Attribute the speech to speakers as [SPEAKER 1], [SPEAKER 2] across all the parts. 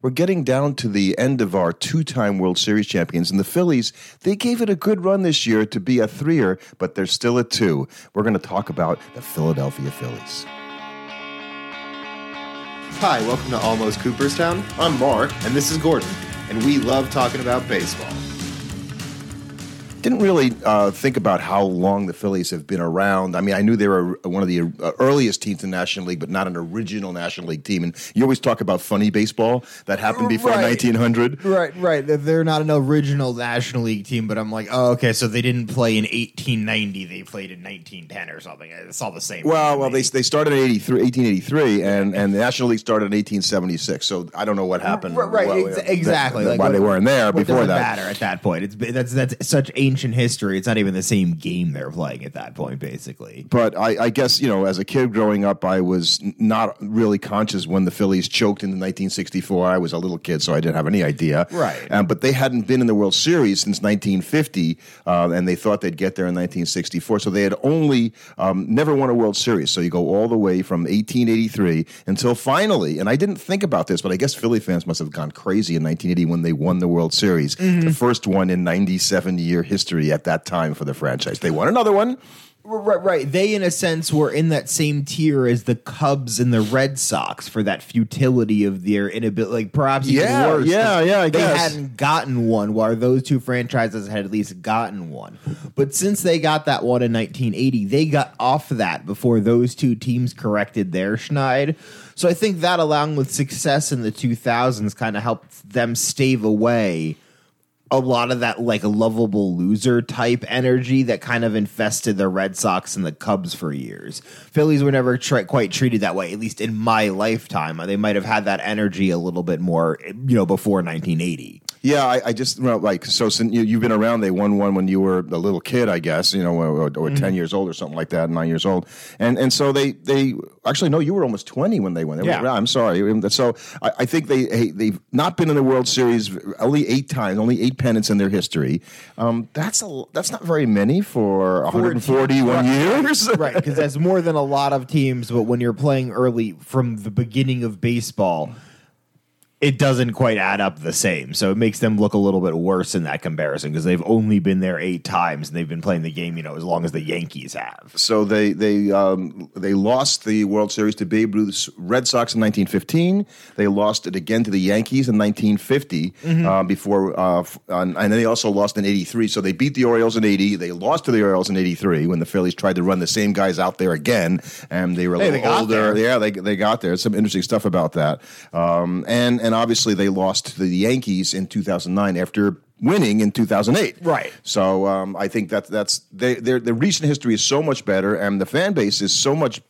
[SPEAKER 1] We're getting down to the end of our two time World Series champions, and the Phillies, they gave it a good run this year to be a threer, but they're still a two. We're going to talk about the Philadelphia Phillies.
[SPEAKER 2] Hi, welcome to Almost Cooperstown. I'm Mark, and this is Gordon, and we love talking about baseball.
[SPEAKER 1] Didn't really uh, think about how long the Phillies have been around. I mean, I knew they were one of the uh, earliest teams in the National League, but not an original National League team. And you always talk about funny baseball that happened before
[SPEAKER 3] Right.
[SPEAKER 1] 1900.
[SPEAKER 3] Right, right. They're- They're not an original National League team, but I'm like, oh, okay, so they didn't play in 1890. They played in 1910 or something. It's all the same.
[SPEAKER 1] Well, well, they, they started in 83, 1883, and, and the National League started in 1876. So I don't know what happened.
[SPEAKER 3] Right, right,
[SPEAKER 1] well,
[SPEAKER 3] ex-
[SPEAKER 1] that-
[SPEAKER 3] exactly.
[SPEAKER 1] that-
[SPEAKER 3] Like,
[SPEAKER 1] why
[SPEAKER 3] what-
[SPEAKER 1] they weren't there
[SPEAKER 3] What
[SPEAKER 1] before
[SPEAKER 3] does it
[SPEAKER 1] that.
[SPEAKER 3] matter at that point. It's that's that's such ancient history. It's not even the same game they're playing at that point, basically.
[SPEAKER 1] But I, I guess, you know, as a kid growing up, I was n- not really conscious when the Phillies choked in 1964. I was a little kid, so I didn't have any idea.
[SPEAKER 3] Right.
[SPEAKER 1] Um, but they hadn't been in the World Series since 1950, uh, and they thought they'd get there in 1964. So they had only um, never won a World Series. So you go all the way from 1883 until finally, and I didn't think about this, but I guess Philly fans must have gone crazy in 1980 when they won the World Series, the first one in 97 year history at that time for the franchise. They won another one.
[SPEAKER 3] Right, right. They, in a sense, were in that same tier as the Cubs and the Red Sox for that futility of their inability. Like perhaps even
[SPEAKER 1] Yeah,
[SPEAKER 3] worse.
[SPEAKER 1] yeah, yeah, I
[SPEAKER 3] they
[SPEAKER 1] guess.
[SPEAKER 3] hadn't gotten one, while those two franchises had at least gotten one. But since they got that one in 1980, they got off that before those two teams corrected their schneid. So I think that, along with success in the 2000s, kind of helped them stave away a lot of that like lovable loser type energy that kind of infested the Red Sox and the Cubs for years. Phillies were never tre- quite treated that way, at least in my lifetime. They might have had that energy a little bit more, you know, before 1980.
[SPEAKER 1] Yeah, I, I just well, like so. Since you, you've been around, they won one when you were a little kid, I guess. You know, or, or, or
[SPEAKER 3] Mm-hmm.
[SPEAKER 1] ten years old or something like that, nine years old, and and so they they actually no, you were almost twenty when they won. They were-
[SPEAKER 3] Yeah.
[SPEAKER 1] I'm sorry. Um, So I, I think they hey, they've not been in the World Series only eight times, only eight pennants in their history. Um, that's a that's not very many for 141 years.
[SPEAKER 3] Right, because that's more than a lot of teams, but when you're playing early from the beginning of baseball, it doesn't quite add up the same. So it makes them look a little bit worse in that comparison because they've only been there eight times and they've been playing the game, you know, as long as the Yankees have.
[SPEAKER 1] So they they um, they lost the World Series to Babe Ruth's Red Sox in 1915. They lost it again to the Yankees in 1950.
[SPEAKER 3] Mm-hmm.
[SPEAKER 1] Uh, before uh, f- and and they also lost in '83. So they beat the Orioles in '80. They lost to the Orioles in '83 when the Phillies tried to run the same guys out there again, and they were a
[SPEAKER 3] Hey,
[SPEAKER 1] little
[SPEAKER 3] they got
[SPEAKER 1] older.
[SPEAKER 3] there.
[SPEAKER 1] Yeah, they they got there. Some interesting stuff about that. Um, and and obviously they lost to the Yankees in 2009 after. Winning in 2008,
[SPEAKER 3] Right.
[SPEAKER 1] so um, I think that that's they, their the recent history is so much better, and the fan base is so much,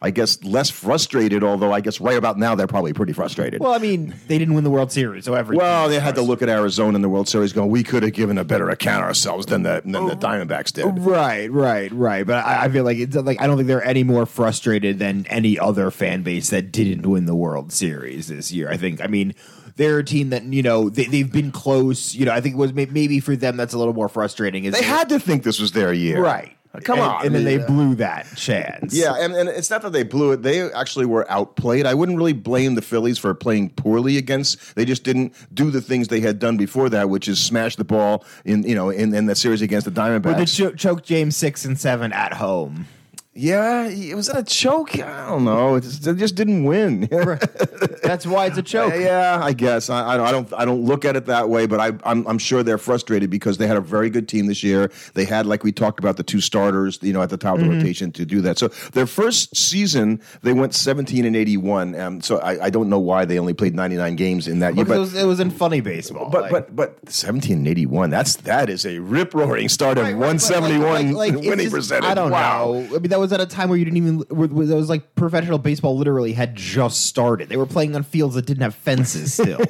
[SPEAKER 1] I guess, less frustrated. Although I guess right about now they're probably pretty frustrated.
[SPEAKER 3] Well, I mean, they didn't win the World Series, so every
[SPEAKER 1] Well, they had to look at Arizona in the World Series, going, "We could have given a better account of ourselves than the than the Diamondbacks did."
[SPEAKER 3] Right, right, right. But I, I feel like it's like I don't think they're any more frustrated than any other fan base that didn't win the World Series this year. I think. I mean, they're a team that you know they, they've been close. You know, I think it was may- maybe for them that's a little more frustrating. Is
[SPEAKER 1] They had to think this was their year,
[SPEAKER 3] right.
[SPEAKER 1] Come
[SPEAKER 3] And-
[SPEAKER 1] on,
[SPEAKER 3] and then
[SPEAKER 1] I mean,
[SPEAKER 3] they blew that chance.
[SPEAKER 1] Yeah, and, and it's not that they blew it. They actually were outplayed. I wouldn't really blame the Phillies for playing poorly against. They just didn't do the things they had done before that, which is smash the ball in you know in, in the series against the Diamondbacks.
[SPEAKER 3] But they cho- choked James six and seven at home.
[SPEAKER 1] yeah, it was that a choke? I don't know. It just, it just didn't win.
[SPEAKER 3] That's why it's a choke.
[SPEAKER 1] Yeah, I guess I, I don't- I don't. I don't look at it that way, but I, I'm, I'm sure they're frustrated because they had a very good team this year. They had, like we talked about, the two starters, you know, at the top
[SPEAKER 3] Mm-hmm.
[SPEAKER 1] of the rotation to do that. So their first season, they went 17 and 81. Um, so I, I don't know why they only played 99 games in that year,
[SPEAKER 3] Because
[SPEAKER 1] but.
[SPEAKER 3] it, was, it was in funny baseball.
[SPEAKER 1] but, but
[SPEAKER 3] like-
[SPEAKER 1] but 17 and 81 that's that is a rip roaring start of
[SPEAKER 3] Right, right, but
[SPEAKER 1] 171
[SPEAKER 3] like- like- like, it's
[SPEAKER 1] winning
[SPEAKER 3] just-
[SPEAKER 1] percentage
[SPEAKER 3] I don't
[SPEAKER 1] wow.
[SPEAKER 3] know. I mean, that was at a time where you didn't even. Where, where that was like professional baseball literally had just started. They were playing on fields that didn't have fences still.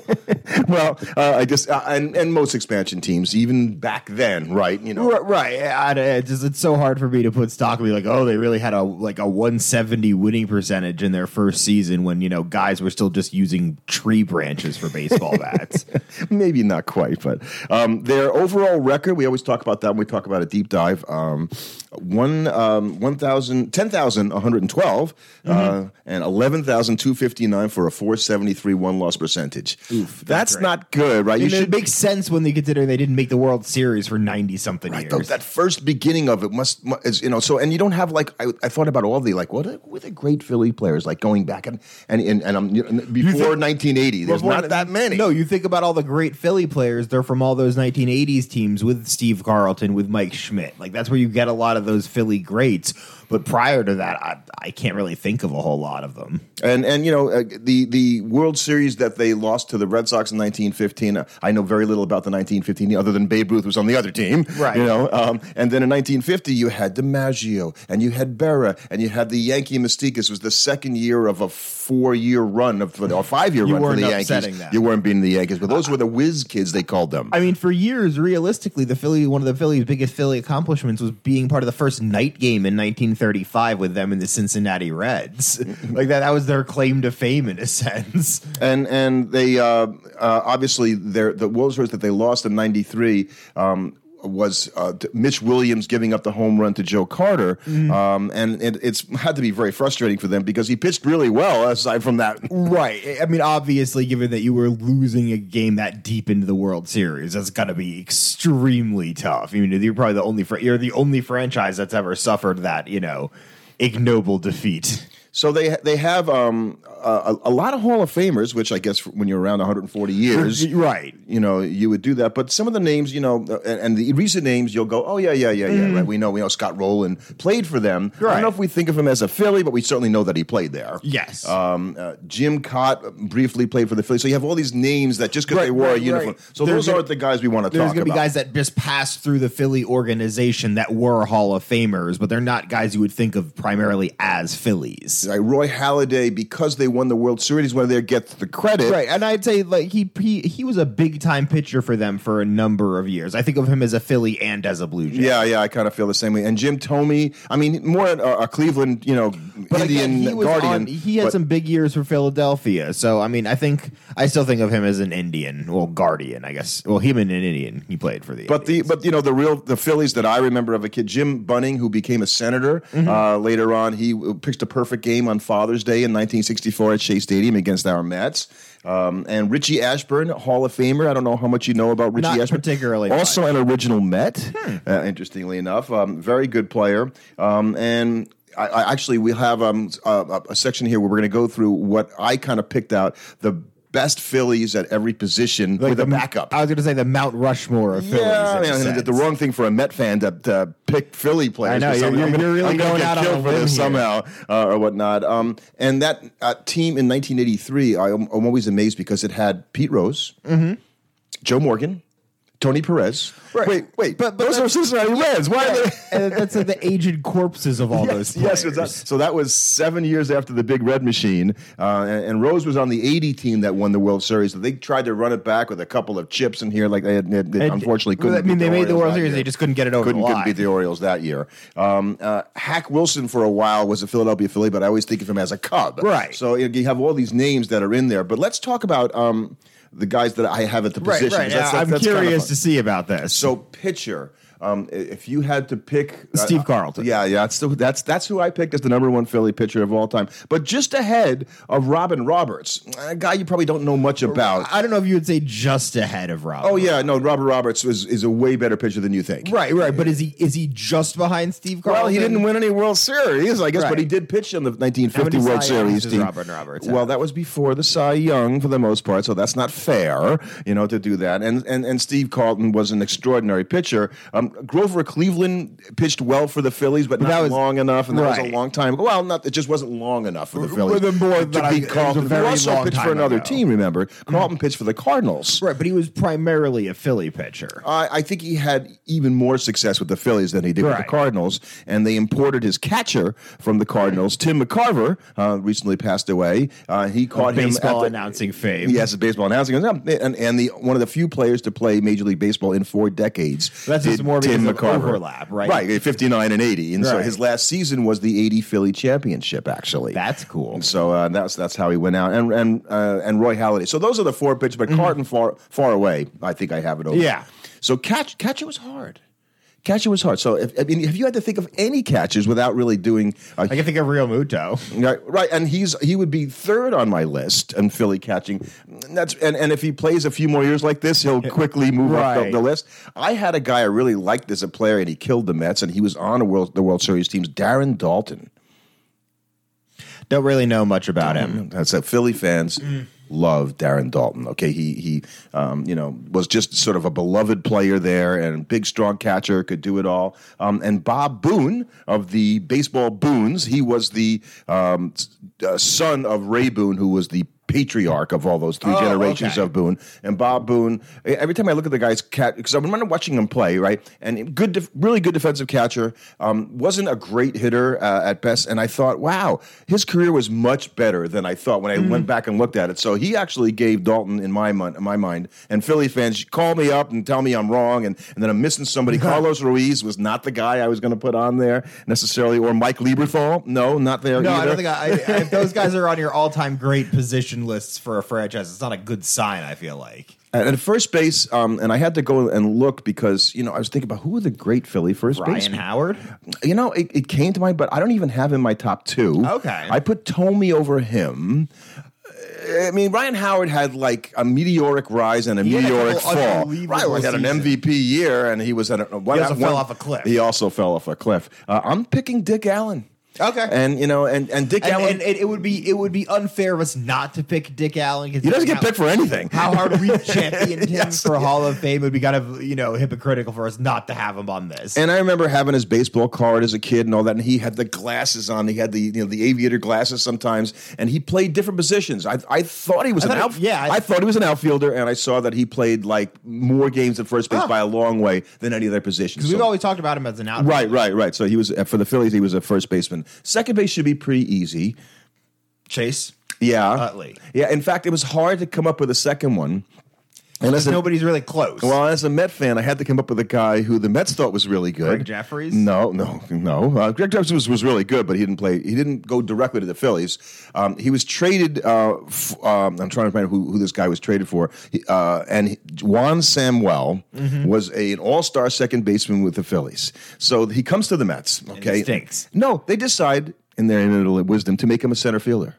[SPEAKER 1] well uh, I just uh, and and most expansion teams even back then right you know
[SPEAKER 3] R- right. I, I- it's, just, it's so hard for me to put stock and be like, oh, they really had a like a 170 winning percentage in their first season when you know guys were still just using tree branches for baseball bats.
[SPEAKER 1] maybe not quite, but um, their overall record. We always talk about that when we talk about a deep dive. Um, one um, one 10,000 10,112 uh, and 11,259 for a 473 one loss percentage. that's not good, right? You
[SPEAKER 3] And
[SPEAKER 1] should
[SPEAKER 3] it makes sense when they consider they didn't make the World Series for ninety something
[SPEAKER 1] Right, though,
[SPEAKER 3] years.
[SPEAKER 1] that first beginning of it must, mu- is, you know, so, and you don't have like, I, I thought about all the, like, what are, were the great Philly players, like going back and, and, and, and I'm, you know, before 1980, there's
[SPEAKER 3] Before-
[SPEAKER 1] not that many.
[SPEAKER 3] No, you think about all the great Philly players. They're from all those 1980s teams with Steve Carlton, with Mike Schmidt. Like that's where you get a lot of those Philly greats. But prior to that, I, I can't really think of a whole lot of them.
[SPEAKER 1] And and you know uh, the the World Series that they lost to the Red Sox in 1915. uh, I know very little about the 1915 other than Babe Ruth was on the other team,
[SPEAKER 3] Right.
[SPEAKER 1] You know, um, and then in 1950 you had DiMaggio and you had Berra and you had the Yankee mystique. This was the second year of a four year run of or five year
[SPEAKER 3] You
[SPEAKER 1] run for
[SPEAKER 3] weren't
[SPEAKER 1] the
[SPEAKER 3] upsetting
[SPEAKER 1] Yankees.
[SPEAKER 3] that. Uh-uh.
[SPEAKER 1] You weren't beating the Yankees, but those were the whiz kids they called them.
[SPEAKER 3] I mean, for years, realistically, the Philly one of the Philly's biggest Philly accomplishments was being part of the first night game in 1935 with them and the Cincinnati Reds. like that, that was their claim to fame in a sense.
[SPEAKER 1] and and they uh, uh, obviously their the Wolves race that they lost in '93. Um, was uh, t- Mitch Williams giving up the home run to Joe Carter, um, and it, it's had to be very frustrating for them because he pitched really well. Aside from that,
[SPEAKER 3] Right. I- I mean, obviously, given that you were losing a game that deep into the World Series, that's got to be extremely tough. I mean, you're probably the only fr- you're the only franchise that's ever suffered that you know ignoble defeat.
[SPEAKER 1] so they they have um, a, a lot of Hall of Famers, which I guess when you're around 140 years,
[SPEAKER 3] Right.
[SPEAKER 1] you know, you would do that. But some of the names, you know, uh, and, and the recent names, you'll go, oh yeah, yeah, yeah, yeah. Right. We know, we know Scott Rowland played for them. I don't
[SPEAKER 3] Right.
[SPEAKER 1] know if we think of him as a Philly, but we certainly know that he played there.
[SPEAKER 3] Yes.
[SPEAKER 1] Um, uh, Jim Cott briefly played for the Phillies. So you have all these names that just because
[SPEAKER 3] Right,
[SPEAKER 1] they wore
[SPEAKER 3] right,
[SPEAKER 1] a uniform.
[SPEAKER 3] right.
[SPEAKER 1] So
[SPEAKER 3] There's
[SPEAKER 1] those
[SPEAKER 3] gonna-
[SPEAKER 1] aren't the guys we want to
[SPEAKER 3] There's
[SPEAKER 1] talk
[SPEAKER 3] going to be
[SPEAKER 1] about.
[SPEAKER 3] guys that just passed through the Philly organization that were Hall of Famers, but they're not guys you would think of primarily as Phillies.
[SPEAKER 1] Like Roy Halladay, because they won the World Series, whether they get the credit.
[SPEAKER 3] Right, and I'd say like he he, he was a big time pitcher for them for a number of years. I think of him as a Philly and as a Blue Jay.
[SPEAKER 1] Yeah, yeah, I kind of feel the same way. And Jim Tomey, I mean, more a, a Cleveland, you know, Indian
[SPEAKER 3] again, he was
[SPEAKER 1] Guardian.
[SPEAKER 3] on- he had
[SPEAKER 1] but-
[SPEAKER 3] some big years for Philadelphia. So I mean, I think I still think of him as an Indian, well, Guardian, I guess. Well, him and an Indian, he played for the.
[SPEAKER 1] But the
[SPEAKER 3] Indians.
[SPEAKER 1] but you know the real the Phillies that I remember of a kid Jim Bunning who became a senator
[SPEAKER 3] Mm-hmm.
[SPEAKER 1] uh, later on he w- pitched a perfect game on Father's Day in 1964 at Shea Stadium against our Mets um, and Richie Ashburn Hall of Famer I don't know how much you know about Richie
[SPEAKER 3] Not
[SPEAKER 1] Ashburn
[SPEAKER 3] particularly Hmm.
[SPEAKER 1] also an original Met uh, interestingly enough um, very good player um, and. I, I actually, we have um, a, a section here where we're going to go through what I kind of picked out the best Phillies at every position with a backup.
[SPEAKER 3] I was going to say the Mount Rushmore of Phillies.
[SPEAKER 1] Yeah, I
[SPEAKER 3] in
[SPEAKER 1] mean,
[SPEAKER 3] a
[SPEAKER 1] I did
[SPEAKER 3] sense.
[SPEAKER 1] the wrong thing for a Met fan to, to pick Philly players. for
[SPEAKER 3] I know,
[SPEAKER 1] something.
[SPEAKER 3] you're- you're-
[SPEAKER 1] I'm gonna-
[SPEAKER 3] you're really
[SPEAKER 1] I'm gonna
[SPEAKER 3] going
[SPEAKER 1] get
[SPEAKER 3] out on
[SPEAKER 1] killed
[SPEAKER 3] a
[SPEAKER 1] for this
[SPEAKER 3] limb here.
[SPEAKER 1] somehow uh, or whatnot. Um, and that uh, team in 1983, I am, I'm always amazed because it had Pete Rose, Joe Morgan, Tony Perez.
[SPEAKER 3] Mm-hmm. Right.
[SPEAKER 1] Wait, wait,
[SPEAKER 3] But- but
[SPEAKER 1] those are Cincinnati Reds. Why are they?
[SPEAKER 3] and that's like the aged corpses of all those
[SPEAKER 1] Yes,
[SPEAKER 3] players.
[SPEAKER 1] yes, that- so that was seven years after the Big Red Machine, uh, and, and Rose was on the '80 team that won the World Series. So they tried to run it back with a couple of chips in here, like they, had, they, they
[SPEAKER 3] And-
[SPEAKER 1] unfortunately couldn't.
[SPEAKER 3] I mean,
[SPEAKER 1] beat
[SPEAKER 3] they made the
[SPEAKER 1] Orioles
[SPEAKER 3] World
[SPEAKER 1] that
[SPEAKER 3] Series.
[SPEAKER 1] year.
[SPEAKER 3] They just couldn't get it over
[SPEAKER 1] couldn't
[SPEAKER 3] the line.
[SPEAKER 1] couldn't beat the Orioles that year. Um, uh, Hack Wilson for a while was a Philadelphia Philly, but I always think of him as a Cub.
[SPEAKER 3] Right.
[SPEAKER 1] So you know, you have all these names that are in there, but let's talk about um, the guys that I have at the
[SPEAKER 3] right,
[SPEAKER 1] position.
[SPEAKER 3] right.
[SPEAKER 1] 'cause that's- that's-
[SPEAKER 3] I'm
[SPEAKER 1] that's kind of
[SPEAKER 3] curious
[SPEAKER 1] fun.
[SPEAKER 3] to see about this.
[SPEAKER 1] So pitcher, um, i- if you had to pick uh,
[SPEAKER 3] Steve Carlton.
[SPEAKER 1] yeah, yeah, that's the, that's that's who I picked as the number one Philly pitcher of all time, but just ahead of Robin Roberts, a guy you probably don't know much about.
[SPEAKER 3] Oh, I don't know if you would say just ahead of Rob.
[SPEAKER 1] oh yeah, no, Robert Roberts is is a way better pitcher than you think.
[SPEAKER 3] right, right. But is he is he just behind Steve Carlton?
[SPEAKER 1] Well, he didn't win any World Series, I guess,
[SPEAKER 3] Right.
[SPEAKER 1] but he did pitch in the 1950
[SPEAKER 3] How many
[SPEAKER 1] World
[SPEAKER 3] Cy Youngs
[SPEAKER 1] Series
[SPEAKER 3] does
[SPEAKER 1] team.
[SPEAKER 3] Robin Roberts have?
[SPEAKER 1] well, that was before the Cy Young for the most part, so that's not fair, you know, to do that. And and and Steve Carlton was an extraordinary pitcher. Um, Grover Cleveland pitched well for the Phillies, but, not
[SPEAKER 3] that was-
[SPEAKER 1] long enough, and that was
[SPEAKER 3] Right.
[SPEAKER 1] a long time. ago. Well, not it just wasn't long enough for the Phillies.
[SPEAKER 3] the more
[SPEAKER 1] to
[SPEAKER 3] that I- it
[SPEAKER 1] beat
[SPEAKER 3] was a
[SPEAKER 1] Carlton, who
[SPEAKER 3] very
[SPEAKER 1] also
[SPEAKER 3] long
[SPEAKER 1] pitched for
[SPEAKER 3] time
[SPEAKER 1] another
[SPEAKER 3] ago. Mm.
[SPEAKER 1] team. Remember, Carlton pitched for the Cardinals.
[SPEAKER 3] Right, but he was primarily a Philly pitcher.
[SPEAKER 1] I, I think he had even more success with the Phillies than he did with
[SPEAKER 3] Right.
[SPEAKER 1] the Cardinals, and they imported his catcher from the Cardinals, Tim McCarver, uh, recently passed away. Uh, he caught him
[SPEAKER 3] Oh, Baseball
[SPEAKER 1] at the,
[SPEAKER 3] announcing fame.
[SPEAKER 1] Yes, a baseball announcing, and, and the one of the few players to play Major League Baseball in four decades.
[SPEAKER 3] That's just
[SPEAKER 1] did
[SPEAKER 3] more
[SPEAKER 1] Tim
[SPEAKER 3] because of
[SPEAKER 1] McCarver.
[SPEAKER 3] overlap, right?
[SPEAKER 1] Right, fifty nine and eighty, and so
[SPEAKER 3] Right.
[SPEAKER 1] his last season was the eighty Philly championship. Actually,
[SPEAKER 3] That's cool.
[SPEAKER 1] so uh, that's that's how he went out, and and uh, and Roy Halladay. So those are the four pitches, but Carton far far away. I think I have it over.
[SPEAKER 3] Mm-hmm. Yeah.
[SPEAKER 1] So catch catcher was hard. Catcher was hard. So, if, I mean, if you had to think of any catches without really doing a
[SPEAKER 3] I can think of Real Muto.
[SPEAKER 1] Right, right, and he's he would be third on my list in Philly catching. And that's and, and if he plays a few more years like this, he'll quickly move up the,
[SPEAKER 3] Right.
[SPEAKER 1] the list. I had a guy I really liked as a player, and he killed the Mets, and he was on a world, the World Series teams. Darren Dalton.
[SPEAKER 3] Don't really know much about him.
[SPEAKER 1] Mm-hmm.
[SPEAKER 3] Mm.
[SPEAKER 1] That's a Philly fans love Darren Dalton. Okay, he he um, you know was just sort of a beloved player there, and big strong catcher could do it all. Um, and Bob Boone of the baseball Boones, he was the um, s- uh, son of Ray Boone, who was the patriarch of all those three
[SPEAKER 3] Oh,
[SPEAKER 1] generations
[SPEAKER 3] okay.
[SPEAKER 1] of Boone and Bob Boone. e-, Every time I look at the guy's cat, because I remember watching him play, right? And good, def- really good defensive catcher. Um, wasn't a great hitter uh, at best, and I thought, wow, his career was much better than I thought when
[SPEAKER 3] Mm-hmm.
[SPEAKER 1] I went back and looked at it. So he actually gave Dalton in my mind, in my mind, and Philly fans call me up and tell me I'm wrong, and, and then I'm missing somebody. Carlos Ruiz was not the guy I was going to put on there necessarily, or Mike Lieberthal. No, not there.
[SPEAKER 3] No,
[SPEAKER 1] either.
[SPEAKER 3] I don't think I, I, if those guys are on your all-time great position lists for a franchise, it's not a good sign. I feel like
[SPEAKER 1] And at first base, um, and I had to go and look because you know I was thinking about who were the great Philly first
[SPEAKER 3] Ryan
[SPEAKER 1] basemen.
[SPEAKER 3] Howard.
[SPEAKER 1] You know, it, it came to mind, but I don't even have him in my top two.
[SPEAKER 3] Okay.
[SPEAKER 1] I put Tomey over him. I mean, Ryan Howard had like a meteoric rise and a
[SPEAKER 3] had a
[SPEAKER 1] meteoric
[SPEAKER 3] couple
[SPEAKER 1] fall.
[SPEAKER 3] unbelievable
[SPEAKER 1] Ryan had an
[SPEAKER 3] seasons.
[SPEAKER 1] MVP year, and he was at a, one,
[SPEAKER 3] also fell
[SPEAKER 1] one-
[SPEAKER 3] off a cliff.
[SPEAKER 1] He also fell off a cliff. Uh, I'm picking Dick Allen.
[SPEAKER 3] Okay.
[SPEAKER 1] and you know, and and Dick
[SPEAKER 3] And,
[SPEAKER 1] Allen,
[SPEAKER 3] and it, it would be it would be unfair of us not to pick Dick Allen.
[SPEAKER 1] he doesn't get picked for anything.
[SPEAKER 3] How hard we championed him for Hall of Fame would be kind of you know hypocritical for us not to have him on this.
[SPEAKER 1] And I remember having his baseball card as a kid and all that. And he had the glasses on. He had the you know the aviator glasses sometimes. And he played different positions. I, I thought he was
[SPEAKER 3] I
[SPEAKER 1] an
[SPEAKER 3] thought
[SPEAKER 1] outfielder.
[SPEAKER 3] he- yeah,
[SPEAKER 1] I,
[SPEAKER 3] I-
[SPEAKER 1] thought he was an outfielder. And I saw that he played like more games at first base by a long way than any other position.
[SPEAKER 3] We've
[SPEAKER 1] So-
[SPEAKER 3] always talked about him as an outfielder.
[SPEAKER 1] right, right, right. So he was uh, for the Phillies. He was a first baseman. Second base should be pretty easy.
[SPEAKER 3] Chase.
[SPEAKER 1] Yeah,
[SPEAKER 3] Utley.
[SPEAKER 1] Yeah. In fact, it was hard to come up with a second one. And as a,
[SPEAKER 3] Nobody's really close.
[SPEAKER 1] well, as a Met fan, I had to come up with a guy who the Mets thought was really good.
[SPEAKER 3] Greg Jeffries?
[SPEAKER 1] No, no, no. Uh, Greg Jeffries was, was really good, but he didn't play. He didn't go directly to the Phillies. Um, he was traded. Uh, f- um, I'm trying to find who, who this guy was traded for. He- uh, and he- Juan Samuel
[SPEAKER 3] Mm-hmm.
[SPEAKER 1] was a, an All Star second baseman with the Phillies. So he comes to the Mets. Okay,
[SPEAKER 3] stinks.
[SPEAKER 1] No, they decide in their infinite wisdom to make him a center fielder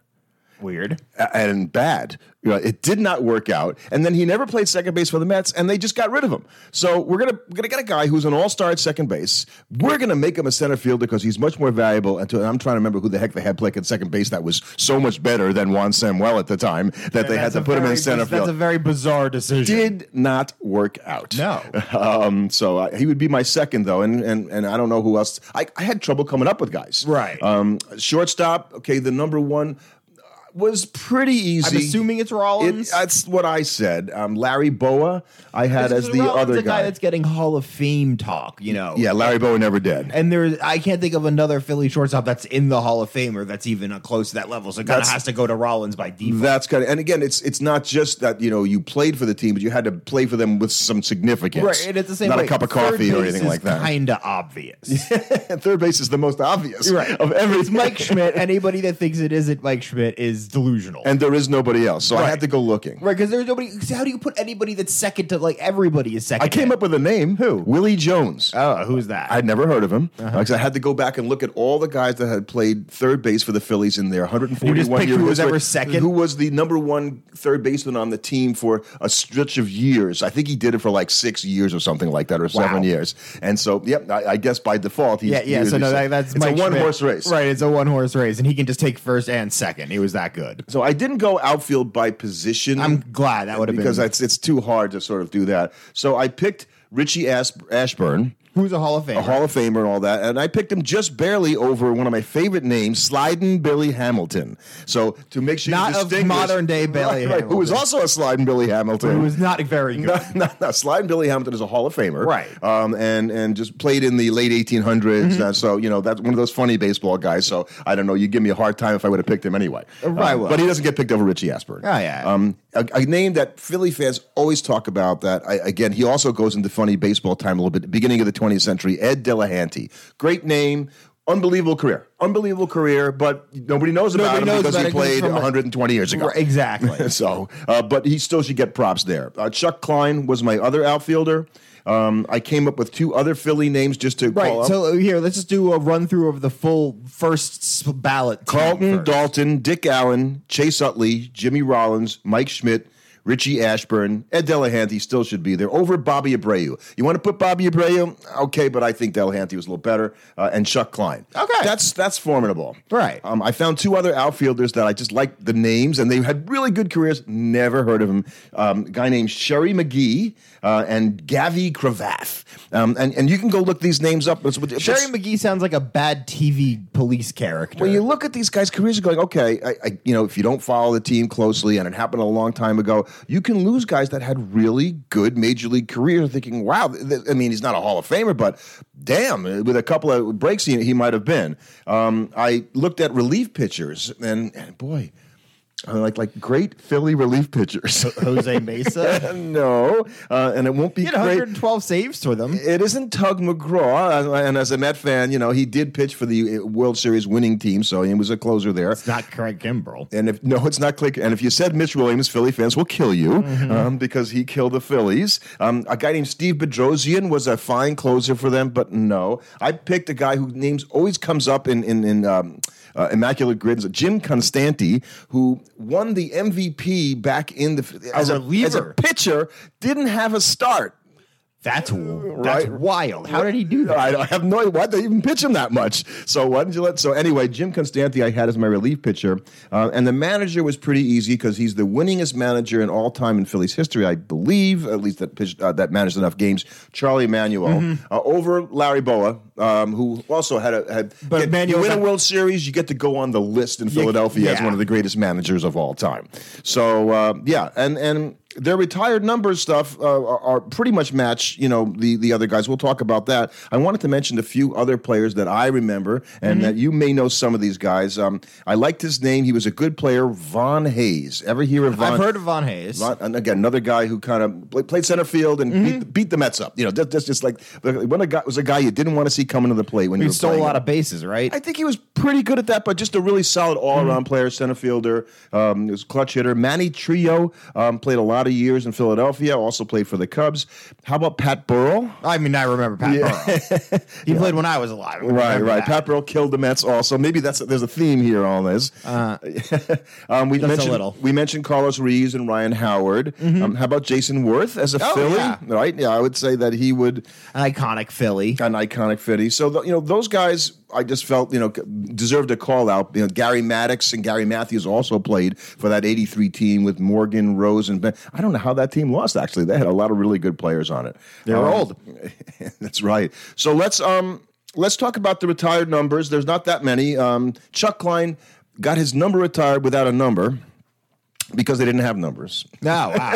[SPEAKER 3] Weird.
[SPEAKER 1] and bad. You know, it did not work out. And then he never played second base for the Mets, and they just got rid of him. So we're gonna we're gonna get a guy who's an all star at second base. We're gonna make him a center fielder because he's much more valuable. And, to, and I'm trying to remember who the heck they had playing at second base that was so much better than Juan Samuel at the time that they had to put him in center
[SPEAKER 3] That's a
[SPEAKER 1] field.
[SPEAKER 3] very bizarre decision.
[SPEAKER 1] Did not work out.
[SPEAKER 3] No.
[SPEAKER 1] Um, so I, he would be my second though, and and and I don't know who else. I, I had trouble coming up with guys.
[SPEAKER 3] Right.
[SPEAKER 1] Um, shortstop. Okay, the number one uh, was pretty easy.
[SPEAKER 3] I'm assuming it's
[SPEAKER 1] It,
[SPEAKER 3] Rollins.
[SPEAKER 1] that's what I said. Um, Larry Boa, I had as the
[SPEAKER 3] Rollins
[SPEAKER 1] other
[SPEAKER 3] a guy
[SPEAKER 1] guy.
[SPEAKER 3] that's getting Hall of Fame talk. You know.
[SPEAKER 1] yeah, Larry Boa never did.
[SPEAKER 3] And there's, I can't think of another Philly shortstop that's in the Hall of Fame or that's even uh, close to that level. So it kind of
[SPEAKER 1] That's-
[SPEAKER 3] has to go to Rollins by default.
[SPEAKER 1] That's kind of, and again, it's it's not just that you know you played for the team, but you had to play for them with some significance.
[SPEAKER 3] Right, and it's the same.
[SPEAKER 1] Not
[SPEAKER 3] way.
[SPEAKER 1] a cup of
[SPEAKER 3] Third
[SPEAKER 1] coffee or
[SPEAKER 3] base
[SPEAKER 1] anything
[SPEAKER 3] is
[SPEAKER 1] like that.
[SPEAKER 3] Kinda obvious.
[SPEAKER 1] And third base is the most obvious
[SPEAKER 3] Right.
[SPEAKER 1] of
[SPEAKER 3] it's
[SPEAKER 1] everything.
[SPEAKER 3] Mike Schmidt. Anybody that thinks it isn't Mike Schmidt is delusional.
[SPEAKER 1] and there is nobody else, so I
[SPEAKER 3] Right.
[SPEAKER 1] had to go looking.
[SPEAKER 3] right, because there's nobody. so How do you put anybody that's second to like everybody is second?
[SPEAKER 1] I came up with a name. Who? Willie Jones.
[SPEAKER 3] Oh, who's that?
[SPEAKER 1] I'd never heard of him.
[SPEAKER 3] Uh-huh.
[SPEAKER 1] Like, I had to go back and look at all the guys that had played third base for the Phillies in their 141
[SPEAKER 3] You just picked
[SPEAKER 1] year
[SPEAKER 3] who was
[SPEAKER 1] history.
[SPEAKER 3] ever second?
[SPEAKER 1] Who was the number one third baseman on the team for a stretch of years? I think he did it for like six years or something like that, or seven years. And so, yep, I, I guess by default, he's
[SPEAKER 3] yeah, yeah.
[SPEAKER 1] he
[SPEAKER 3] So
[SPEAKER 1] would be
[SPEAKER 3] no, that,
[SPEAKER 1] second.
[SPEAKER 3] that's
[SPEAKER 1] it's
[SPEAKER 3] Mike
[SPEAKER 1] a one
[SPEAKER 3] Schmidt.
[SPEAKER 1] horse race,
[SPEAKER 3] right? It's a one horse race, and he can just take first and second. He was that good.
[SPEAKER 1] So I didn't go outfield by position.
[SPEAKER 3] I'm glad that would have been
[SPEAKER 1] because that's it's too hard to sort of do that. So I picked Richie As- Ashburn.
[SPEAKER 3] who's a Hall of Fame.
[SPEAKER 1] a Hall of Famer and all that. And I picked him just barely over one of my favorite names, Sliding Billy Hamilton. So to make sure
[SPEAKER 3] Not
[SPEAKER 1] you
[SPEAKER 3] of
[SPEAKER 1] distinguish,
[SPEAKER 3] modern-day Billy
[SPEAKER 1] Right, right, who was also a Sliding Billy Hamilton.
[SPEAKER 3] It was not very good.
[SPEAKER 1] no, no, no. Sliding Billy Hamilton is a Hall of Famer,
[SPEAKER 3] Right. Mm-hmm.
[SPEAKER 1] Um, and and just played in the late 1800s. Uh, so you know that's one of those funny baseball guys. So I don't know. You give me a hard time if I would have picked him anyway,
[SPEAKER 3] Uh, Right,
[SPEAKER 1] Um,
[SPEAKER 3] well.
[SPEAKER 1] but he doesn't get picked over Richie Asperger.
[SPEAKER 3] Oh, yeah.
[SPEAKER 1] Um, a, a name that Philly fans always talk about. That I, again, he also goes into funny baseball time a little bit. Beginning of the 20th century, Ed Delahanty, great name. Unbelievable career, unbelievable career, but nobody knows about
[SPEAKER 3] Nobody
[SPEAKER 1] him
[SPEAKER 3] knows
[SPEAKER 1] because
[SPEAKER 3] about
[SPEAKER 1] he
[SPEAKER 3] it 'cause it's
[SPEAKER 1] played
[SPEAKER 3] from a-
[SPEAKER 1] 120 years ago.
[SPEAKER 3] Right, exactly.
[SPEAKER 1] so, uh, but he still should get props there. Uh, Chuck Klein was my other outfielder. Um, I came up with two other Philly names just to
[SPEAKER 3] Right.
[SPEAKER 1] call up.
[SPEAKER 3] So here, let's just do a run through of the full first s- ballot. team
[SPEAKER 1] Carlton
[SPEAKER 3] first.
[SPEAKER 1] Dalton, Dick Allen, Chase Utley, Jimmy Rollins, Mike Schmidt, Richie Ashburn, Ed Delahanty still should be there over Bobby Abreu. You want to put Bobby Abreu? Okay, but I think Delahanty was a little better, uh, and Chuck Klein.
[SPEAKER 3] Okay.
[SPEAKER 1] that's that's formidable.
[SPEAKER 3] Right.
[SPEAKER 1] Um, I found two other outfielders that I just liked the names, and they had really good careers. Never heard of them. Um, a guy named Sherry McGee uh, and Gavi Cravath. Um, and and you can go look these names up. It's- it's-
[SPEAKER 3] Sherry McGee sounds like a bad TV police character.
[SPEAKER 1] when you look at these guys' careers, you're going, okay, I, I, you know, if you don't follow the team closely, and it happened a long time ago, you can lose guys that had really good major league careers. Thinking, wow, th- th- I mean, he's not a Hall of Famer, but damn, with a couple of breaks, he, he might have been. Um, I looked at relief pitchers, and, and boy, I mean, like like great Philly relief pitchers.
[SPEAKER 3] Jose Mesa,
[SPEAKER 1] no, uh, and it won't be
[SPEAKER 3] he had
[SPEAKER 1] great
[SPEAKER 3] 112 saves for them.
[SPEAKER 1] it isn't Tug McGraw, uh, and as a Met fan, you know he did pitch for the uh, World Series winning team, so he was a closer there.
[SPEAKER 3] It's not Craig Kimbrell.
[SPEAKER 1] And if no, it's not click. And if you said Mitch Williams, Philly fans will kill you um, because he killed the Phillies. Um, a guy named Steve Bedrosian was a fine closer for them, but no, I picked a guy whose names always comes up in in, in um, uh, immaculate grids. Jim Constanti, who won the MVP back in the as as a
[SPEAKER 3] reliever.
[SPEAKER 1] pitcher, didn't have a start.
[SPEAKER 3] That's w- that's
[SPEAKER 1] Right.
[SPEAKER 3] wild. How did he do that?
[SPEAKER 1] I, don't- I have no idea why they even pitch him that much. So why didn't you let? So anyway, Jim Constanti I had as my relief pitcher, uh, and the manager was pretty easy because he's the winningest manager in all time in Phillies history, I believe. At least that pitched, uh, that managed enough games. Charlie Emanuel
[SPEAKER 3] Mm-hmm.
[SPEAKER 1] uh, over Larry Boa, um, who also had a had.
[SPEAKER 3] But
[SPEAKER 1] get-
[SPEAKER 3] Emanuel
[SPEAKER 1] you win a
[SPEAKER 3] got-
[SPEAKER 1] World Series, you get to go on the list in Philadelphia as
[SPEAKER 3] yeah.
[SPEAKER 1] one of the greatest managers of all time. So uh, yeah, and and their retired numbers stuff uh, are, are pretty much match you know the the other guys. We'll talk about that. I wanted to mention a few other players that I remember
[SPEAKER 3] Mm-hmm.
[SPEAKER 1] and that you may know some of these guys. Um, I liked his name. He was a good player, Von Hayes. Ever hear of Von?
[SPEAKER 3] I've heard of Von Hayes.
[SPEAKER 1] Lot- and again, another guy who kind of play, played center field and
[SPEAKER 3] Mm-hmm.
[SPEAKER 1] beat, the, beat the Mets up. You know, that- that's just like when a guy was a guy you didn't want to see coming to the plate when you
[SPEAKER 3] he
[SPEAKER 1] were
[SPEAKER 3] stole a
[SPEAKER 1] playing
[SPEAKER 3] lot
[SPEAKER 1] him.
[SPEAKER 3] of bases, right?
[SPEAKER 1] I think he was pretty good at that, but just a really solid all around
[SPEAKER 3] Mm-hmm.
[SPEAKER 1] player, center fielder. Um, he was a clutch hitter. Manny Trio um, played a lot of years in Philadelphia. Also played for the Cubs. How about Pat Burrell?
[SPEAKER 3] I mean, I remember Pat Burrow. He played when I was alive. I
[SPEAKER 1] Right,
[SPEAKER 3] remember
[SPEAKER 1] right.
[SPEAKER 3] that.
[SPEAKER 1] Pat Burrell killed the Mets. Also, maybe that's there's a theme here. All this. um, we
[SPEAKER 3] Uh, a
[SPEAKER 1] mentioned
[SPEAKER 3] little. Mm-hmm.
[SPEAKER 1] we mentioned Carlos Reeves and Ryan Howard. Um, how about Jason Worth as a
[SPEAKER 3] Oh,
[SPEAKER 1] Philly?
[SPEAKER 3] yeah.
[SPEAKER 1] Right. Yeah, I would say that he would.
[SPEAKER 3] An iconic Philly.
[SPEAKER 1] an iconic fitty. So th- you know those guys, I just felt you know c- deserved a call out. You know Gary Maddox and Gary Matthews also played for that '83 team with Morgan Rose and Ben. I don't know how that team lost. Actually, they had a lot of really good players on it. Um,
[SPEAKER 3] They're old.
[SPEAKER 1] that's right. So let's um let's talk about the retired numbers. There's not that many. Um, Chuck Klein got his number retired without a number because they didn't have numbers.
[SPEAKER 3] No, wow.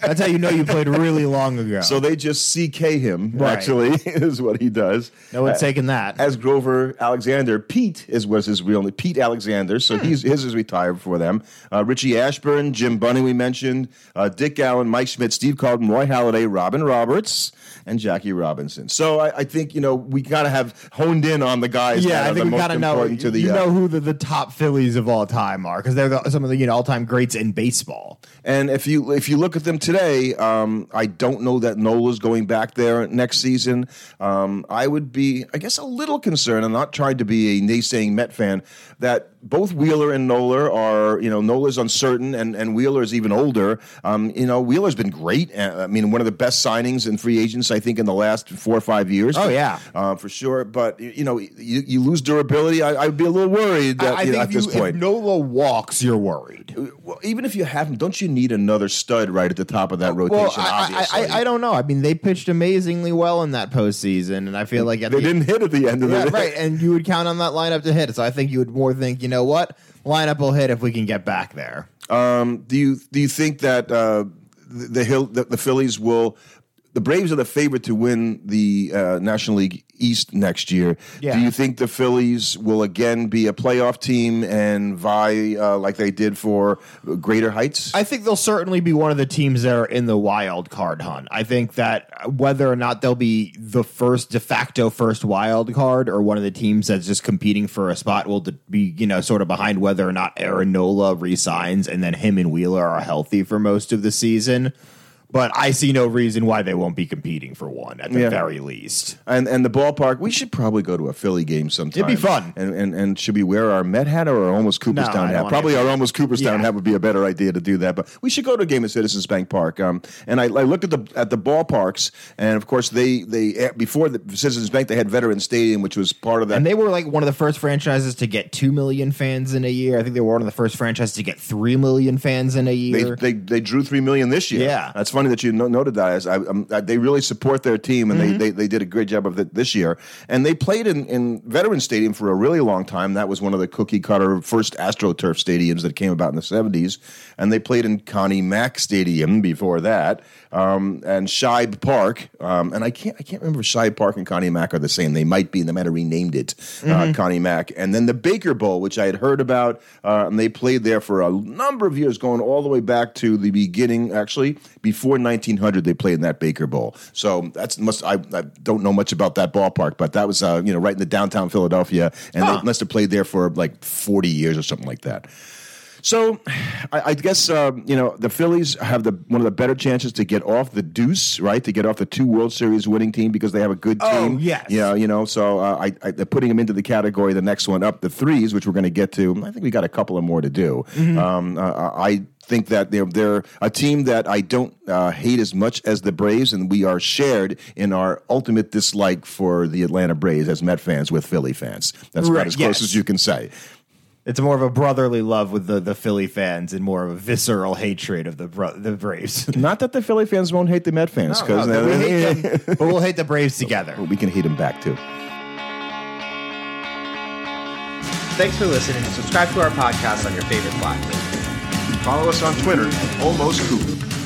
[SPEAKER 3] That's how you know you played really long ago.
[SPEAKER 1] So they just CK him.
[SPEAKER 3] Right.
[SPEAKER 1] Actually, is what he does.
[SPEAKER 3] no one's
[SPEAKER 1] Uh,
[SPEAKER 3] taking that.
[SPEAKER 1] as Grover Alexander. Pete is was his real name. Pete Alexander.
[SPEAKER 3] Hmm.
[SPEAKER 1] So he's his is retired for them. Uh, Richie Ashburn, Jim Bunny, we mentioned, uh, Dick Allen, Mike Schmidt, Steve Caldwell, Roy Halladay, Robin Roberts, and Jackie Robinson. So I, I think you know we gotta have honed in on the guys.
[SPEAKER 3] yeah,
[SPEAKER 1] that
[SPEAKER 3] I
[SPEAKER 1] are
[SPEAKER 3] think
[SPEAKER 1] the
[SPEAKER 3] we
[SPEAKER 1] most
[SPEAKER 3] gotta know.
[SPEAKER 1] important to the
[SPEAKER 3] you
[SPEAKER 1] uh,
[SPEAKER 3] know who the, the top Phillies of all time are because they're the, some of the you know, all time greats in baseball.
[SPEAKER 1] And if you if you look at them today, um, I don't know that Nola's going back there next season. Um, I would be, I guess, a little concerned. I'm not trying to be a naysaying Met fan that both Wheeler and Nola are, you know, Nola's uncertain and and Wheeler is even older. Um, you know, Wheeler's been great. Uh, I mean, one of the best signings in free agents I think in the last four or five years.
[SPEAKER 3] Oh, yeah.
[SPEAKER 1] uh, for sure. But you know, you, you lose durability. I, I'd be a little worried that,
[SPEAKER 3] I
[SPEAKER 1] you know,
[SPEAKER 3] think
[SPEAKER 1] at
[SPEAKER 3] if, you,
[SPEAKER 1] this point.
[SPEAKER 3] if Nola walks, you're worried.
[SPEAKER 1] Well, even if you have him, don't you need another stud right at the top of that rotation?
[SPEAKER 3] Uh, Well, I, I,
[SPEAKER 1] obviously,
[SPEAKER 3] I, I don't know. I mean, they pitched amazingly well in that postseason, and I feel like at
[SPEAKER 1] they
[SPEAKER 3] the-
[SPEAKER 1] didn't hit at the end of
[SPEAKER 3] Yeah,
[SPEAKER 1] the
[SPEAKER 3] right. And you would count on that lineup to hit. So I think you would more think, you know what, lineup will hit if we can get back there.
[SPEAKER 1] Um, do you do you think that uh, the, the hill the, the Phillies will? the Braves are the favorite to win the uh, National League East next year.
[SPEAKER 3] Yeah.
[SPEAKER 1] Do you think the Phillies will again be a playoff team and vie uh, like they did for greater heights?
[SPEAKER 3] I think they'll certainly be one of the teams that are in the wild card hunt. I think that whether or not they'll be the first de facto first wild card or one of the teams that's just competing for a spot will de- be, you know, sort of behind whether or not Aaron Nola resigns and then him and Wheeler are healthy for most of the season. But I see no reason why they won't be competing for one at the
[SPEAKER 1] Yeah.
[SPEAKER 3] very least.
[SPEAKER 1] and and the ballpark, we should probably go to a Philly game sometime.
[SPEAKER 3] It'd be fun.
[SPEAKER 1] And and, and should we wear our Met hat or our almost
[SPEAKER 3] No, I
[SPEAKER 1] Cooperstown
[SPEAKER 3] don't
[SPEAKER 1] hat?
[SPEAKER 3] wanna
[SPEAKER 1] Probably
[SPEAKER 3] do
[SPEAKER 1] our almost Cooperstown
[SPEAKER 3] Yeah.
[SPEAKER 1] hat would be a better idea to do that. But we should go to a game at Citizens Bank Park. Um, and I, I looked at the at the ballparks, and of course they they eh, before the Citizens Bank they had Veterans Stadium, which was part of that.
[SPEAKER 3] And they were like one of the first franchises to get 2 million fans in a year. I think they were one of the first franchises to get 3 million fans in a
[SPEAKER 1] they,
[SPEAKER 3] year.
[SPEAKER 1] they they drew three million this year.
[SPEAKER 3] Yeah.
[SPEAKER 1] that's funny that you no- noted that. As I, um, uh, they really support their team, and
[SPEAKER 3] Mm-hmm.
[SPEAKER 1] they, they they did a great job of it this year. And they played in in Veterans Stadium for a really long time. That was one of the cookie cutter first AstroTurf stadiums that came about in the seventies. And they played in Connie Mack Stadium before that, um, and Shibe Park. Um, and I can't I can't remember if Shibe Park and Connie Mack are the same. They might be. They might have renamed it uh, Connie Mack. And then the Baker Bowl, which I had heard about, uh, and they played there for a number of years, going all the way back to the beginning. Actually, before 1900, they played in that Baker Bowl. So that's must. I, I don't know much about that ballpark, but that was uh, you know right in the downtown Philadelphia, and they must have played there for like 40 years or something like that. So, I, I guess um, you know the Phillies have the one of the better chances to get off the deuce, right? To get off the two World Series winning team because they have a good team.
[SPEAKER 3] Oh, yes.
[SPEAKER 1] yeah, you know. So uh, I, I they're putting them into the category the next one up, the threes, which we're going to get to. I think we got a couple of more to do.
[SPEAKER 3] Mm-hmm.
[SPEAKER 1] Um, uh, I think that they're they're a team that I don't uh, hate as much as the Braves, and we are shared in our ultimate dislike for the Atlanta Braves as Met fans with Philly fans. That's about
[SPEAKER 3] Right,
[SPEAKER 1] as close
[SPEAKER 3] yes.
[SPEAKER 1] as you can say.
[SPEAKER 3] It's more of a brotherly love with the, the Philly fans and more of a visceral hatred of the bro- the Braves.
[SPEAKER 1] Not that the Philly fans won't hate the Met fans, because
[SPEAKER 3] we hate them, but we'll hate the Braves together.
[SPEAKER 1] we can hate them back too.
[SPEAKER 2] Thanks for listening. Subscribe to our podcast on your favorite platform.
[SPEAKER 1] Follow us on Twitter, almost Cooper.